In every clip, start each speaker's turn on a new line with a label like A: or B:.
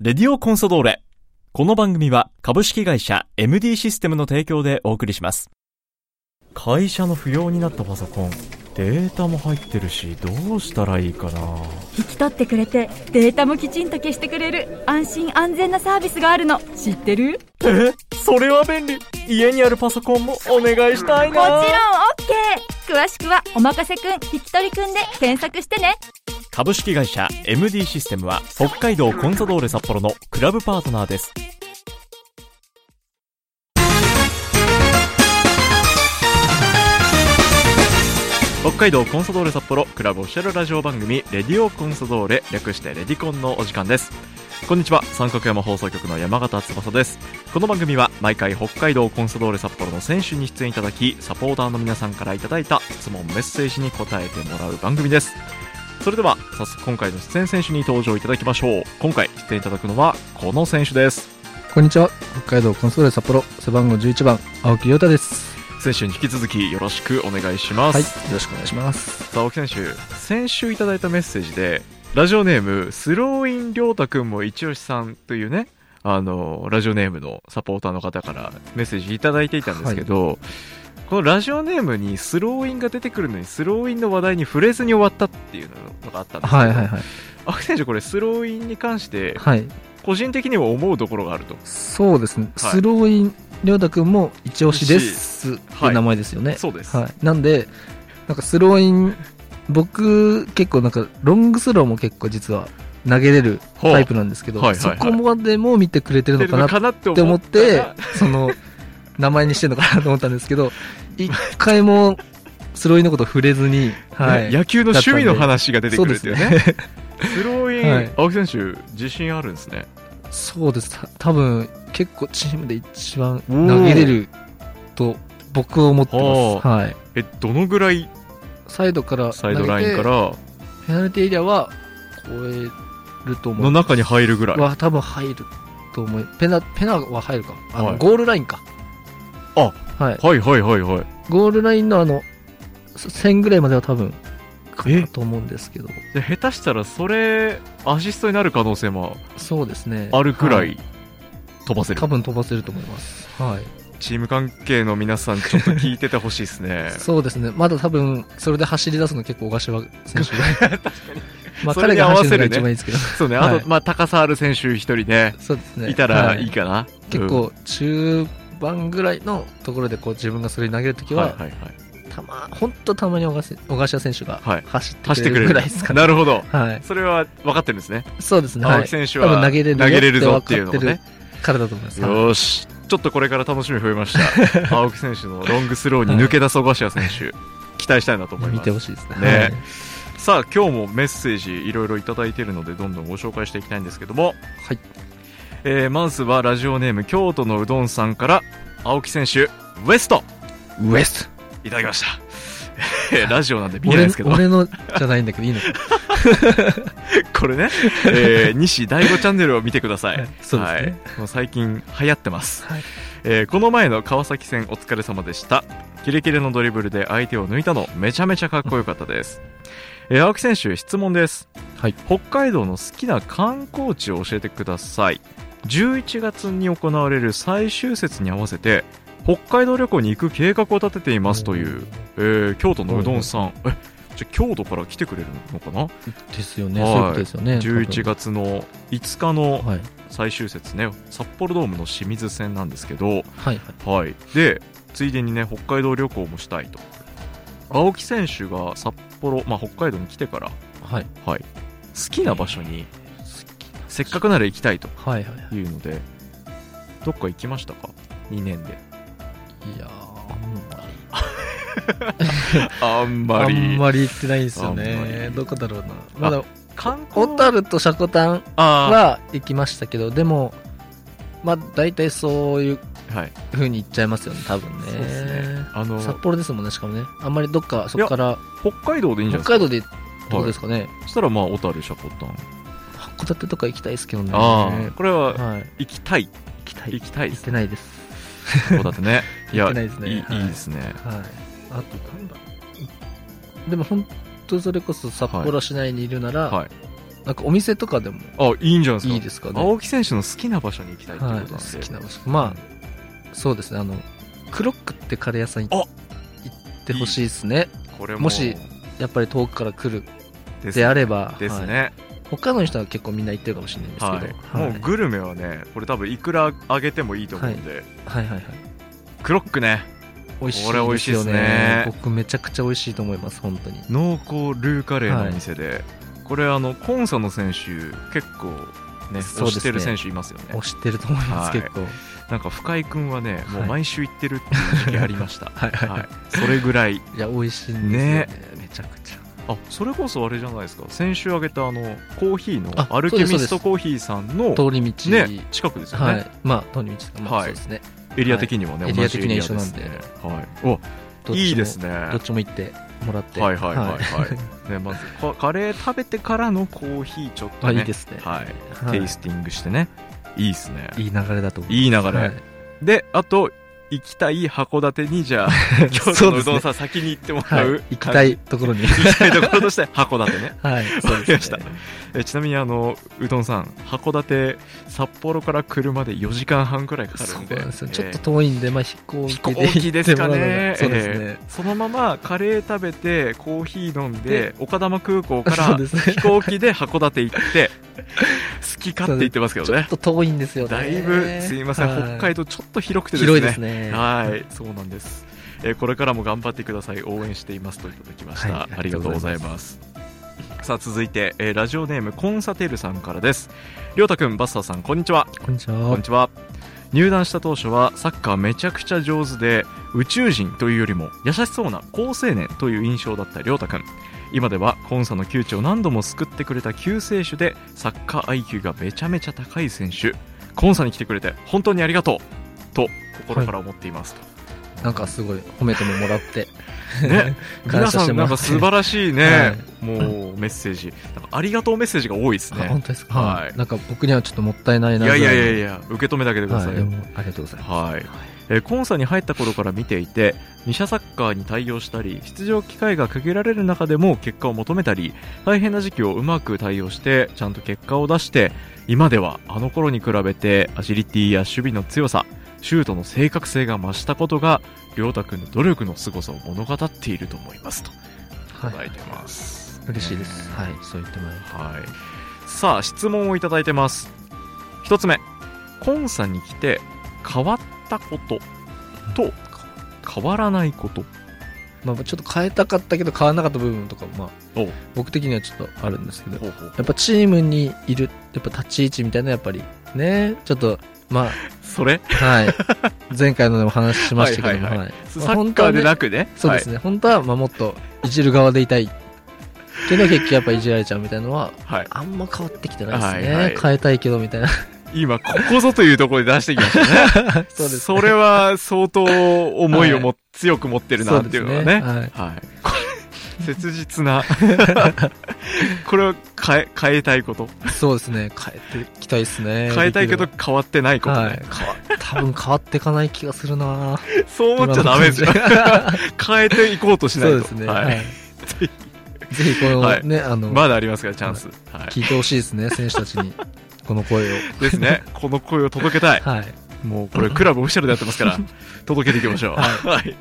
A: レディオコンソドーレ。この番組は株式会社 MD システムの提供でお送りします。会社の不要になったパソコン、データも入ってるし、どうしたらいいかな
B: 引き取ってくれてデータもきちんと消してくれる安心安全なサービスがあるの知ってる
A: えそれは便利家にあるパソコンもお願いしたい
B: もちろん OK 詳しくは「おまかせくん引き取りくん」で検索してね
A: 株式会社 MD システムは北海道コンサドーレ札幌のクラブパートナーです。北海道コンサドーレ札幌クラブオフィシャルラジオ番組レディオコンサドーレ略してレディコンのお時間です。こんにちは三角山放送局の山形翼ですこの番組は毎回北海道コンサドーレ札幌の選手に出演いただきサポーターの皆さんからいただいた質問メッセージに答えてもらう番組ですそれでは早速今回の出演選手に登場いただきましょう今回出演いただくのはこの選手です
C: こんにちは北海道コンソーレ札幌背番号11番青木亮太です
A: 選手に引き続きよろしくお願いします、
C: はいよろしくお願いします
A: さあ青木選手先週いただいたメッセージでラジオネームスローイン亮太くんも一押しさんというねあのラジオネームのサポーターの方からメッセージいただいていたんですけど、このラジオネームにスローインが出てくるのにスローインの話題に触れずに終わったっていうのがあったんですけど、
C: はいはいはい
A: 青木選手これスローインに関して
C: はい
A: 個人的には思うところがあると
C: そうですね、
A: はい
C: スローイン亮太くんも一押しですっていう名前ですよね、
A: そうです、
C: はい、なんでなんかスローイン僕結構なんかロングスローも結構実は投げれる
A: ほう
C: タイプなんですけど、
A: はいはいはい
C: そこまでも見てくれてるのかなっ
A: かなって
C: て思って
A: たら
C: その名前にしてるのかなと思ったんで すけど一回もスローインのこと触れずに、はい、
A: 野球の趣味の話が出てくるっていうね
C: そうです
A: スローイン、
C: はい
A: 青木選手自信あるんですね
C: そうですた多分結構チームで一番
A: おー
C: 投げれると僕は思って
A: は
C: ます、はい、
A: えどのぐらい
C: サイドから
A: サイドラインから
C: 投げてペナルティーエリアは超えると思う
A: の中に入るぐらい。
C: は多分入ると思うペナペナは入るかあの、
A: はい
C: ゴールラインか
A: あ
C: はい
A: はいはいはいはい。
C: ゴールラインのあの1000ぐらいまでは多分かなと思うんですけど
A: で下手したらそれ、アシストになる可能性も
C: そうですね
A: あるくら
C: はい
A: 飛ばせる。
C: 多分飛ばせると思いますはい。
A: チーム関係の皆さん、ちょっと聞いててほしいですね
C: そうですね、まだ多分それで走り出すの結構小柏選手が、 まあ、
A: それ
C: 彼
A: に合
C: が
A: わ
C: 走
A: せ
C: る
A: るね
C: のが一番いいですけど、
A: そうね、
C: は
A: あ
C: い
A: と、まあ、高さある選手一人ね、
C: そうですね、
A: いたらいい
C: は
A: かな。
C: 結構、中盤ぐらいのところでこう自分がそれ投げるとき
A: うん、
C: は、
A: はいはいはい。
C: たま本当たまに小柏小柏選手が
A: はい
C: 走って
A: 走っ
C: く
A: てくれ
C: れる
A: る。
C: ぐらいですかね、
A: なるほど。
C: はい、
A: それは分かってるんですね。
C: そうですね、は
A: 青
C: い
A: 木、選手
C: 多
A: は
C: 分投げれる
A: 投げれるぞ
C: よ
A: っ
C: ってて
A: いうの
C: 分
A: も
C: かってる
A: ね。
C: からだと思います、はい
A: よーし。ちょっとこれから楽しみ増えました。 青木選手のロングスローに抜け出す小柏選手、期待したいなと思い
C: 見
A: ます
C: て。ほしいですね。
A: ねさあ今日もメッセージいろいろいただいているのでどんどんご紹介していきたいんですけども、
C: はい
A: えーまずはラジオネーム京都のうどんさんから青木選手ウエスト
C: はい、ウエス
A: いただきましたえ ーラジオなんで
C: ト
A: 見えない
C: 俺
A: ですけど
C: 俺のじゃないんだけど、いいのか
A: これね、えー 西第5チャンネルを見てください、
C: はいそうです
A: は
C: ね
A: いもう最近流行ってます、
C: はい
A: えーこの前の川崎戦お疲れ様でしたキレキレのドリブルで相手を抜いたのめちゃめちゃかっこよかったです、えー青木選手質問です、
C: はい
A: 北海道の好きな観光地を教えてください11月に行われる最終節に合わせて北海道旅行に行く計画を立てていますという、えー京都のうどんさん、えじゃあ京都から来てくれるのかな
C: ですよね、
A: はい
C: そういうことですよね、
A: 11月の5日の
C: はい、
A: 最終節ね札幌ドームの清水戦なんですけど、
C: はい、はい
A: はい、でついでにね北海道旅行もしたいと青木選手が札幌、まあ、北海道に来てから、
C: はい、好
A: はい、好きな場所に
C: き
A: せっかくなら行きたいと
C: はいはいはい
A: いうのでどっか行きましたか2年で
C: いやーあん
A: あん
C: まりあ
A: まり
C: んまり行ってないんですよ
A: あんま
C: ね
A: り
C: どこだろうなまだ
A: 観光
C: 小樽とシャコタン
A: あ
C: は行きましたけどでもまあ大体そういう
A: ーはい
C: 風に行っちゃいますよね多分ね
A: そうですねあの
C: 札幌ですもんねしかもねあんまりどっかそこから
A: 北海道でいいんじゃ
C: 北
A: ない
C: 海
A: で
C: 道
A: すか
C: でってことですかね
A: そしたらまあ小樽シャコタン
C: 函館とか行きたいですけどね
A: ああこれは
C: はい行
A: 行きたい
C: きたい
A: 行きたいで
C: 行っ
A: す
C: て
A: ね
C: ないです
A: 函 館ねいや
C: 行ってないですね
A: いい
C: はい
A: いいですね
C: はいあとなんだでも本当それこそ札幌市内にいるなら
A: はい
C: なんかお店とかでも
A: あいいんじゃないですか
C: いいですかね。
A: 青木選手の好きな場所に行きたいってこと
C: は、
A: ないんで、
C: 好きな場所。まあ、そうですね、あの、クロックってカレー屋さんい
A: あ
C: 行ってほしいですね。
A: これも
C: もしやっぱり遠くから来る
A: で
C: であれば、
A: です
C: はい
A: ね、
C: 他の人は結構みんな行ってるかもしれないんですけど、
A: はい
C: はい
A: もうグルメはねこれ多分いくらあげてもいいと思うんで、
C: はいはいはい。
A: クロックね
C: 美味しい
A: これ美
C: で
A: 味し
C: す
A: いで
C: よ
A: すね
C: ね。僕めちゃくちゃ美味しいと思います、本当に。
A: 濃厚ルーカレーのお店で、これあのコンサの選手結構ね
C: そう
A: 推
C: ですね
A: してる選手いますよね
C: 推してると思いま
A: は
C: す、
A: い
C: 結構。
A: なんか深井君はねもう
C: はい
A: 毎週行ってるっていう時期ありました、
C: はいはいは
A: はい、それぐらい
C: い。いや、美味しいんですよね。めちゃくちゃ。
A: あそれこそあれじゃないですか先週あげたあのコーヒーの
C: あ
A: アルケミ
C: そうで
A: ス
C: すそ
A: ト
C: うです
A: コーヒーさんの
C: 通り道、
A: ね近くですよね、
C: はい。まあ、通り道とか、まあ、
A: はい
C: そうですね。
A: エリア的にもね、
C: はい
A: 同じ
C: エリア的には一緒なんで
A: ですねはいおいいです
C: ね。
A: ね
C: どっちも行ってもらって。
A: はいはいはい はい、ね、まずカカレー食べてからのコーヒーちょっと
C: あ、
A: ね
C: いいですね。
A: はい、
C: はい
A: テイスティングしてねいいですね
C: いい流れだと思
A: いい流れ、
C: はい
A: であと行きたい函館にじ ゃあ京都
C: そう
A: のう
C: ですね
A: どんさん先に行っても
C: は
A: ら
C: い。
A: う、
C: 行きたいところに。
A: 行きたいところとして 函館ね
C: はい。
A: わかりました
C: ね。
A: えちなみにあのうどんさん函館札幌から車で4時間半くらいかか
C: そ
A: るん
C: う
A: で
C: なんですよ。ちょっと遠いんで、まあ、飛行
A: 飛
C: 機
A: 行
C: で
A: 機
C: 行
A: で
C: って
A: す
C: もら
A: か
C: うの
A: ね
C: が。そうですね
A: え。ーそのままカレー食べてコーヒー飲んで
C: で
A: 岡玉空港か
C: そう
A: ら
C: です
A: 飛
C: ね。
A: 行機で函館行って好き勝手言ってますけど
C: ちょ
A: ね
C: っと遠いんですよね。
A: だいぶすいません
C: はい
A: 北海道ちょっと広くてですね
C: 広いですね。
A: はいそうなんです、えーこれからも頑張ってください応援していますといただきました、
C: はい
A: ありがとうございますさあ続いて、えーラジオネームコンサテルさんからですりょうたくんバスターさんこんにちは
C: こんにち
A: こ
C: は
A: んに。ちは入団した当初はサッカーめちゃくちゃ上手で宇宙人というよりも優しそうな好青年という印象だった亮太君今ではコンサの窮地を何度も救ってくれた救世主でサッカー IQ がめちゃめちゃ高い選手コンサに来てくれて本当にありがとうと心から思っていますと、
C: なんかすごい褒めてももらって。
A: ね皆
C: 感
A: さ
C: 謝して
A: ん
C: も
A: な
C: ら
A: ん
C: って
A: か素晴らしいね、
C: はい
A: もうメッセージなんかありがとうメッセージが多いです
C: あ、
A: ね
C: 本当ですか。
A: はい
C: なんか僕にはちょっともったいない
A: い
C: な。
A: やいやいやい
C: や。
A: や受け止めてあげてくださ
C: はいい。
A: よ
C: でもありがとうございます。
A: はいえーコンサに入った頃から見ていて二者サッカーに対応したり出場機会が限られる中でも結果を求めたり大変な時期をうまく対応してちゃんと結果を出して今ではあの頃に比べてアジリティや守備の強さシュートの正確性が増したことが亮太君の努力の凄さを物語っていると思いますといただ
C: はい
A: いてます、
C: 嬉しいです。
A: ね
C: はい。そう言ってもらえる
A: はい、さあ質問をいただいてます一つ目コンサに来て変わったことと変わらないこと
C: まあ、ちょっと変えたかったけど変わらなかった部分とかも、ま
A: お
C: あ、僕的にはちょっとあるんですけど、
A: ほうほう
C: やっぱチームにいる、やっぱ立ち位置みたいな、やっぱりね、ちょっと、 ま
A: それ
C: あ、はい。前回のでも話しましたけども、
A: はいはい
C: はい
A: サ
C: まあ
A: ッカーでなくね
C: そうですね、本当は、まあ、もっといじる側でいたい。けど結局やっぱいじられちゃうみたいなのは、
A: はい、は
C: あんま変わってきてないですね。
A: はいはい
C: 変えたいけどみたいな。
A: い、今ここぞというところで出してきましたね
C: そうです
A: れは相当思いをも、強く持ってるなっていうのはね
C: そうです
A: はい これ切実なこれは変え変えたいこと
C: はい。そうですね。変えていきたいですね。
A: 変えたいけど
C: で
A: 変わってない
C: き
A: こ
C: れ
A: とね、
C: ばはい。変わ多分変わっていかない気がするな
A: そう思っちゃダメですよ
C: 今の感じ
A: 変えていこうとしない
C: そ
A: と
C: うですね。
A: はい
C: はい
A: ぜ
C: ぜひこ
A: は
C: の
A: い
C: ね、あの、
A: まだありますからチャンス、はい
C: 聞いてほしいですね、選手たちに。この声を。
A: ですねこの声を届けたい
C: はい。
A: もうこれクラブオフィシャルでやってますから届けていきましょう、
C: はい
A: はい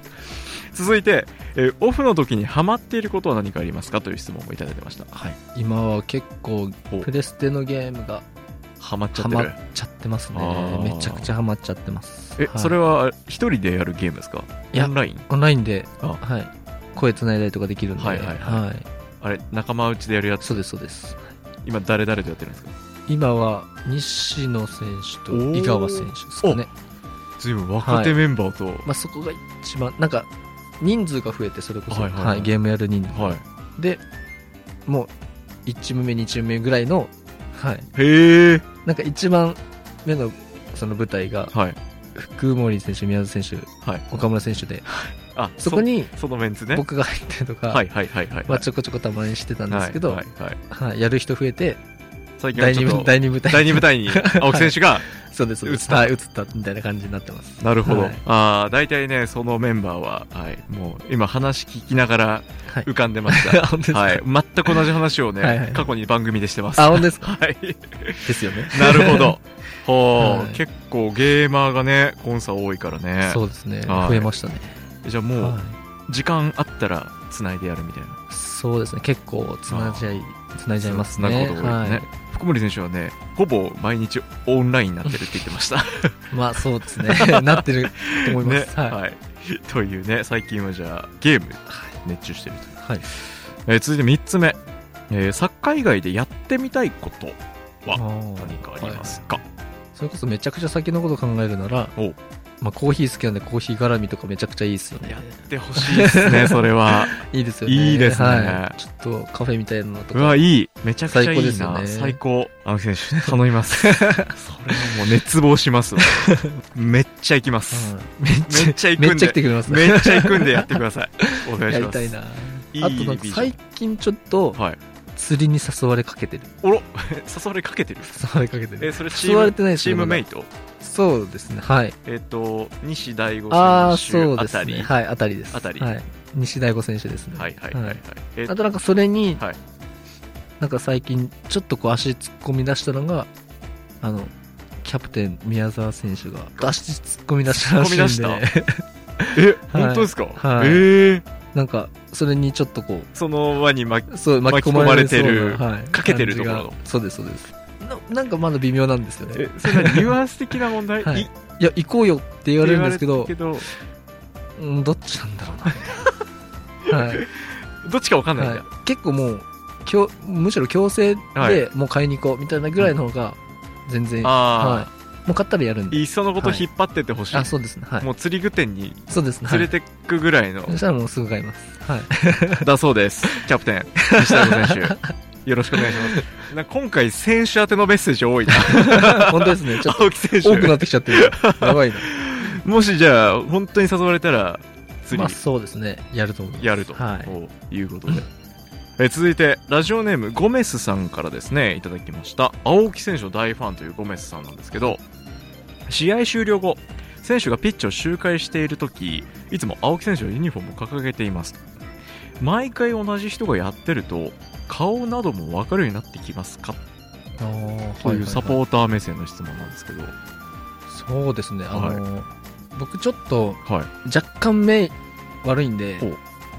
A: 続いて、えーオフの時にハマっていることは何かありますかという質問もいただいてましたはい
C: 今は結構、
A: ほう
C: プレステのゲームが
A: ハマっちゃっ
C: ハ
A: て
C: マっ
A: る
C: ちゃってます
A: あ
C: ね
A: ー。
C: めちゃくちゃハマっちゃってます。
A: え、
C: はい
A: それは一人でやるゲームですか
C: いや
A: オンライン
C: オンラインで、
A: あ
C: はい。声つないだりとかできるんで。
A: はいはいはい
C: はい
A: あれ仲間内でやるやつ
C: そうです、そうです。
A: 今誰々とやってるんですか
C: 今は、西野選手と井川選手ですかね。
A: 随分若手メンバーと、
C: まあ、そこが一番、なんか、人数が増えて、それこそ、
A: は
C: はいい
A: はいはい
C: ゲームやる人数。
A: はい
C: で、もう、1チーム目、2チーム目ぐらいの、はい。
A: へえ
C: なんか一番目のその舞台が
A: はい
C: 福森選手、宮津選手、
A: はい
C: 岡村選手で、
A: あ
C: そこに
A: そのメンツね
C: 僕が入ってとか、
A: はいはいはいはい
C: まあ、ちょこちょこたまにしてたんですけど、
A: は
C: はい
A: いはいはい
C: やる人増えて、
A: さ最近は
C: 第
A: ち
C: 二
A: ょっと
C: 部、第二部隊。
A: 第二部隊に青木選手が、
C: そうです、そうです。
A: 移った
C: はい、移ったみたいな感じになっ てます。
A: なるほど、
C: はい
A: ああ大体ねそのメンバーは、はい、もう今話聞きながら
C: はい
A: 浮かんでま した、
C: 本当ですか
A: はい、全く同じ話をね
C: はいはい
A: 過去に番組でしてます
C: あ、本当で すか
A: はい、
C: ですよね。
A: なるほどほう、
C: はい
A: 結構ゲーマーがねコンサ多いからね
C: そうですね。
A: はい
C: 増えましたね。
A: じゃあもう
C: は
A: 時間あったらつないでやるみたいない
C: そうですね。結構、つなじゃい、つないじゃいますね。
A: なるほどね、
C: はい。
A: 福森選手はねほぼ毎日オンラインになってるって言ってました
C: まあそうですね。 なってると思いま
A: ね
C: す。は
A: はい、 というね最近はじゃあゲーム熱中してると
C: い。はい。
A: えー続いて3つ目、えーサッカー以外でやってみたいことあ何かありますか、
C: それこそめちゃくちゃ先のこと考えるなら
A: おう、
C: まあコーヒー好きなんでコーヒー絡みとかめちゃくちゃいいですよね
A: や。ってほしいです ねそれ はい
C: いですよね。
A: いいですね
C: はいちょっとカフェみたいなのと
A: う
C: か。
A: わいいめちゃくちゃいいな最
C: 最高
A: 高,、
C: ですよ
A: 青木選
C: ね
A: 手頼みます それはもう熱望しますわめっちゃ行きます、
C: うん
A: めっちゃ行くんで
C: めっちゃ来てくれますね。
A: めっちゃ行くんでやってくださいお願いし
C: やり
A: ます
C: たいな。あ
A: いい
C: となんか最近ちょっと
A: はい
C: 釣りに誘われかけてる。
A: おろ 誘われかけてる
C: 誘われかけて
A: え
C: る。
A: それチ
C: 誘われ
A: ー
C: てない
A: ム
C: です
A: チ
C: よ
A: ーム
C: まだ
A: メイト
C: そうですね。はい。
A: えっ、と西大吾
C: ああ、
A: 選
C: そう
A: 手あ
C: で
A: た
C: す
A: り、
C: ね。はい、あたりです。
A: あたり
C: はい。西大吾選手ですね。
A: はいはいはいはい。えっ
C: あとなんかそれに、
A: はい
C: なんか最近ちょっとこう足突っ込み出したのがあのキャプテン宮澤選手が足突っ込み出したらしいんで
A: 突っ込み出え、本当ですか、
C: はい
A: えー
C: なんかそれにちょっとこ
A: その輪にま
C: うそう
A: 巻
C: 巻
A: き
C: き
A: 込
C: 込
A: ま
C: ま
A: れ
C: れ
A: て
C: て
A: る
C: る、はい、
A: かけてるところの
C: 感じがそうですそうですななんかまだ微妙なんですよね
A: え、それはニュアンス的な問題、、
C: はいい
A: って
C: いや行こうよって言われるんですけど
A: 言われてる
C: うんどっちなんだろ うなはい、
A: けどどっちかわかんないん
C: は
A: だ、
C: い、結構もうきょむしろ強制
A: はい
C: でもう買いに行こうみたいなぐらいの方が全然は
A: あ
C: い。もう買ったらやるん
A: あ、い、
C: で。
A: っそのこと引っ張ってってほしい、
C: あ、そうですね。はい。
A: もう釣り具店に
C: そうですね。は
A: 連れ
C: い。
A: てくぐらいの、
C: そしたらもうすぐ買います。 はい。
A: だそうですキャプテン西田選手よろしくお願いしますな今回選手宛てのメッセージ多いな
C: 本当ですね。ちょっ
A: 青木選
C: と多く
A: 手
C: なってきちゃってる。やばいな。
A: もしじゃあ本当に誘われたら 釣
C: ま
A: り
C: あそうですね。やると思います。
A: やると、
C: はい。
A: い、うことで、 え続いてラジオネームゴメスさんからですねいただきました青木選手の大ファンというゴメスさんなんですけど試合終了後選手がピッチを周回している時いつも青木選手のユニフォームを掲げています毎回同じ人がやってると顔なども分かるようになってきますか
C: あー
A: というサ
C: は
A: ポーター目線の質問なんですけどはい
C: はいそうですね。あの、僕ちょっと
A: い
C: 若干目悪いんで
A: ほう、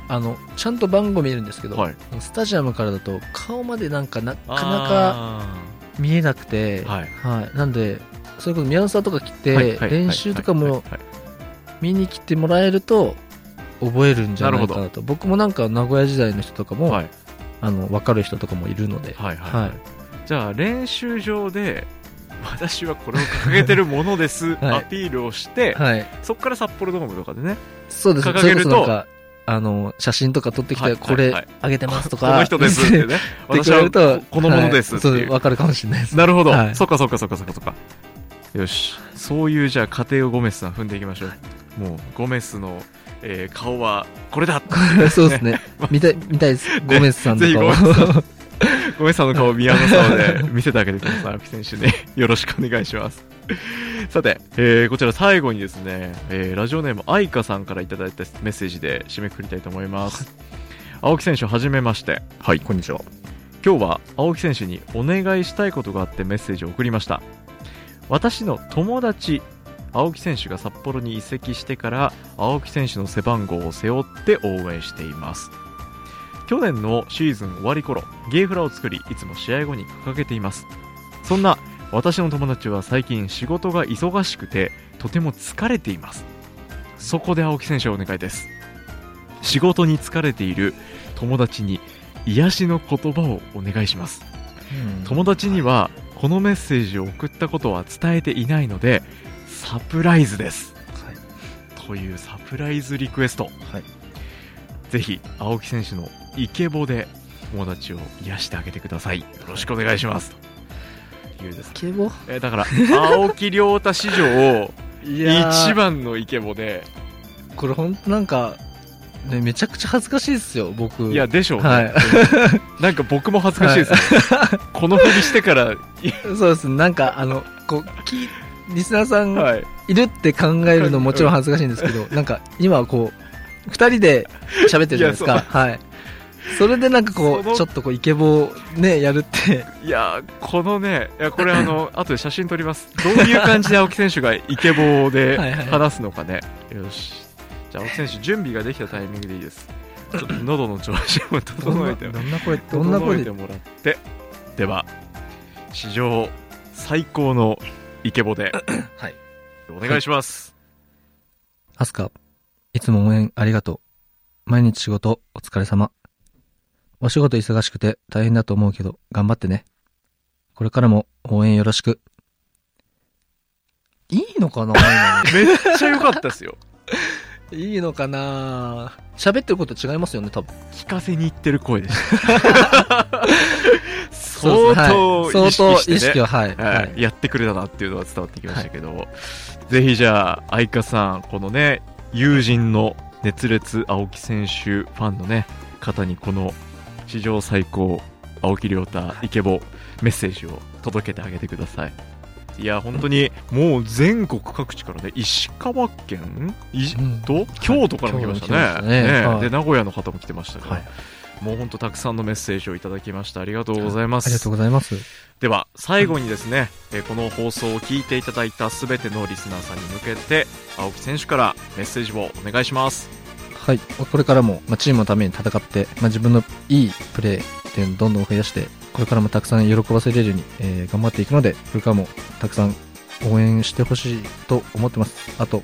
C: あの、ちゃんと番号見えるんですけど
A: はい、
C: スタジアムからだと顔までなんかなかなか
A: あ
C: 見えなくて、
A: はい
C: はい。なんで、それこそ宮野さんとか来
A: ーはい
C: て
A: は、い
C: 練習とか
A: はい
C: も
A: はいはい
C: 見に来てもらえると覚えるんじゃないかなと僕もなんか名古屋時代の人とかも、
A: はい
C: あの分かる人とかもいるので、
A: はいはい、
C: はい
A: じゃあ練習場で私はこれを掲げてるものです、
C: はい
A: アピールをして、
C: はい、
A: そこから札幌ドームとかで ね
C: そうです
A: 掲げると
C: それこそなんかあの写真とか撮ってき
A: はい
C: て
A: はい
C: こ
A: は
C: れ
A: い
C: あげてますと
A: こ
C: か
A: の人ですってね
C: 言 っ
A: 私
C: てくれ
A: は
C: ると
A: ここのものです
C: は
A: っ
C: い
A: て
C: そ
A: いうう、
C: 分かるかもしれないです
A: なるほど、
C: はい
A: そっかそっかそっかそっかそっかよしそういうじゃあ過程をゴメスさん踏んでいきましょう、もうゴメスの、えー顔はこれだ
C: そうですね見たい見たいですゴメスさんと
A: ぜひ
C: か
A: ゴ
C: を
A: メスさんゴメスさんの顔を宮野さんで見せてあげてください、青木選手に。 よろしくお願いします。 さて、えーこちら最後にですね、えーラジオネーム愛花さんからいただいたメッセージで締めくくりたいと思います。青木選手、はじめまして。はい、こんにちは。今日は青木選手にお願いしたいことがあってメッセージを送りました。私の友達、青木選手が札幌に移籍してから、青木選手の背番号を背負って応援しています。去年のシーズン終わり頃ゲーフラを作りいつも試合後に掲げていますそんな私の友達は最近仕事が忙しくてとても疲れていますそこで青木選手をお願いです仕事に疲れている友達に癒しの言葉をお願いします
C: うん
A: 友達にはこのメッセージを送ったことは伝えていないのでサプライズですというサプライズリクエスト
C: はい、
A: ぜひ青木選手のイケボで友達を癒してあげてくださいよろしくお願いしますというです
C: イケボ
A: えーだから青木亮太史上
C: い
A: 一番のイケボで
C: これ本当なんかね、めちゃくちゃ恥ずかしいですよ、僕。
A: いや、でしょう、ね
C: はい
A: なんか僕も恥ずかしいですね。このふりしてから、
C: そうです。なんか、あの、こう、き、リスナーさんが
A: はい。
C: いるって考えるのもちろん恥ずかしいんですけど、なんか、今はこう、二人で喋ってるじゃないです
A: い
C: か。
A: や
C: はい。それでなんかこ
A: その
C: う、ちょっとこう、イケボをね、やるって、
A: いやー、このね、いや、これあ の、後で写真撮ります。どういう感じで青木選手がイケボーで
C: はいはい
A: 話すのかね。よし。じゃあ青木選手、準備ができたタイミングでいいです。ちょっと喉の調子を
C: どん
A: 整
C: な
A: えて、
C: どんな声、どんな
A: 整え
C: 声
A: て
C: で、
A: もらって。では、史上最高のイケボで、
C: はい。
A: お願いします。
C: アスカ、いつも応援ありがとう。毎日仕事、お疲れ様。お仕事忙しくて大変だと思うけど、頑張ってね。これからも応援よろしく。いいのかな
A: めっちゃ良かったですよ。
C: いいのかな喋ってること違いますよね、多分。
A: 聞かせに行ってる声で した。
C: そう
A: 相
C: です
A: 当意
C: ねはい相当
A: 識して、ね
C: 意識は、はい。
A: は
C: はいい。
A: やってくれたなっていうのは伝わってきましたけど、ぜひじゃあ相川さんこのね友人の熱烈青木選手ファンのね方にこの史上最高青木亮太イケボメッセージを届けてあげてくださいいや本当にもう全国各地からね石川県い
C: うん
A: と京都からも来ましたね,、
C: 京都も来ましたね
A: ね
C: はい
A: で名古屋の方も来てましたから、
C: はい
A: もう本当たくさんのメッセージをいただきましたありがとうございま
C: ありが
A: す
C: とうございます。
A: では最後にですね、えーこの放送を聞いていただいたすべてのリスナーさんに向けて青木選手からメッセージをお願いします
C: はい、これからも、まあ、チームのために戦って、まあ、自分のいいプレーっていうのをどんどん増やして、これからもたくさん喜ばせれるように、えー頑張っていくので、これからもたくさん応援してほしいと思ってます。あと、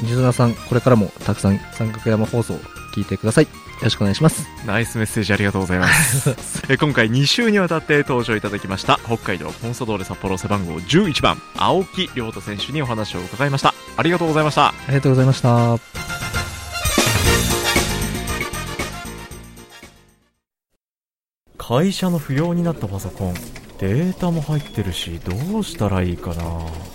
C: リスナーさん、これからもたくさん三角山放送を聞いてください。よろしくお願いします。
A: ナイスメッセージありがとうございます えー今回2週にわたって登場いただきました北海道コンサドーレ札幌背番号11番青木亮太選手にお話を伺いましたありがとうございました
C: ありがとうございました。
A: 会社の不要になったパソコンデータも入ってるしどうしたらいいかな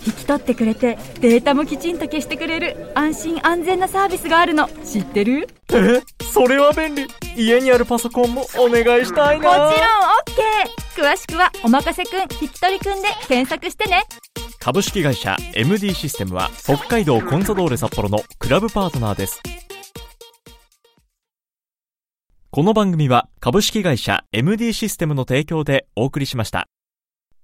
B: 引き取ってくれてデータもきちんと消してくれる安心安全なサービスがあるの知ってる
A: えそれは便利家にあるパソコンもお願いしたい
B: もちろん OK 詳しくは「おまかせくん引き取りくん」で検索してね
A: 株式会社 MD システムは北海道コンサドーレ札幌のクラブパートナーですこの番組は株式会社 MD システムの提供でお送りしました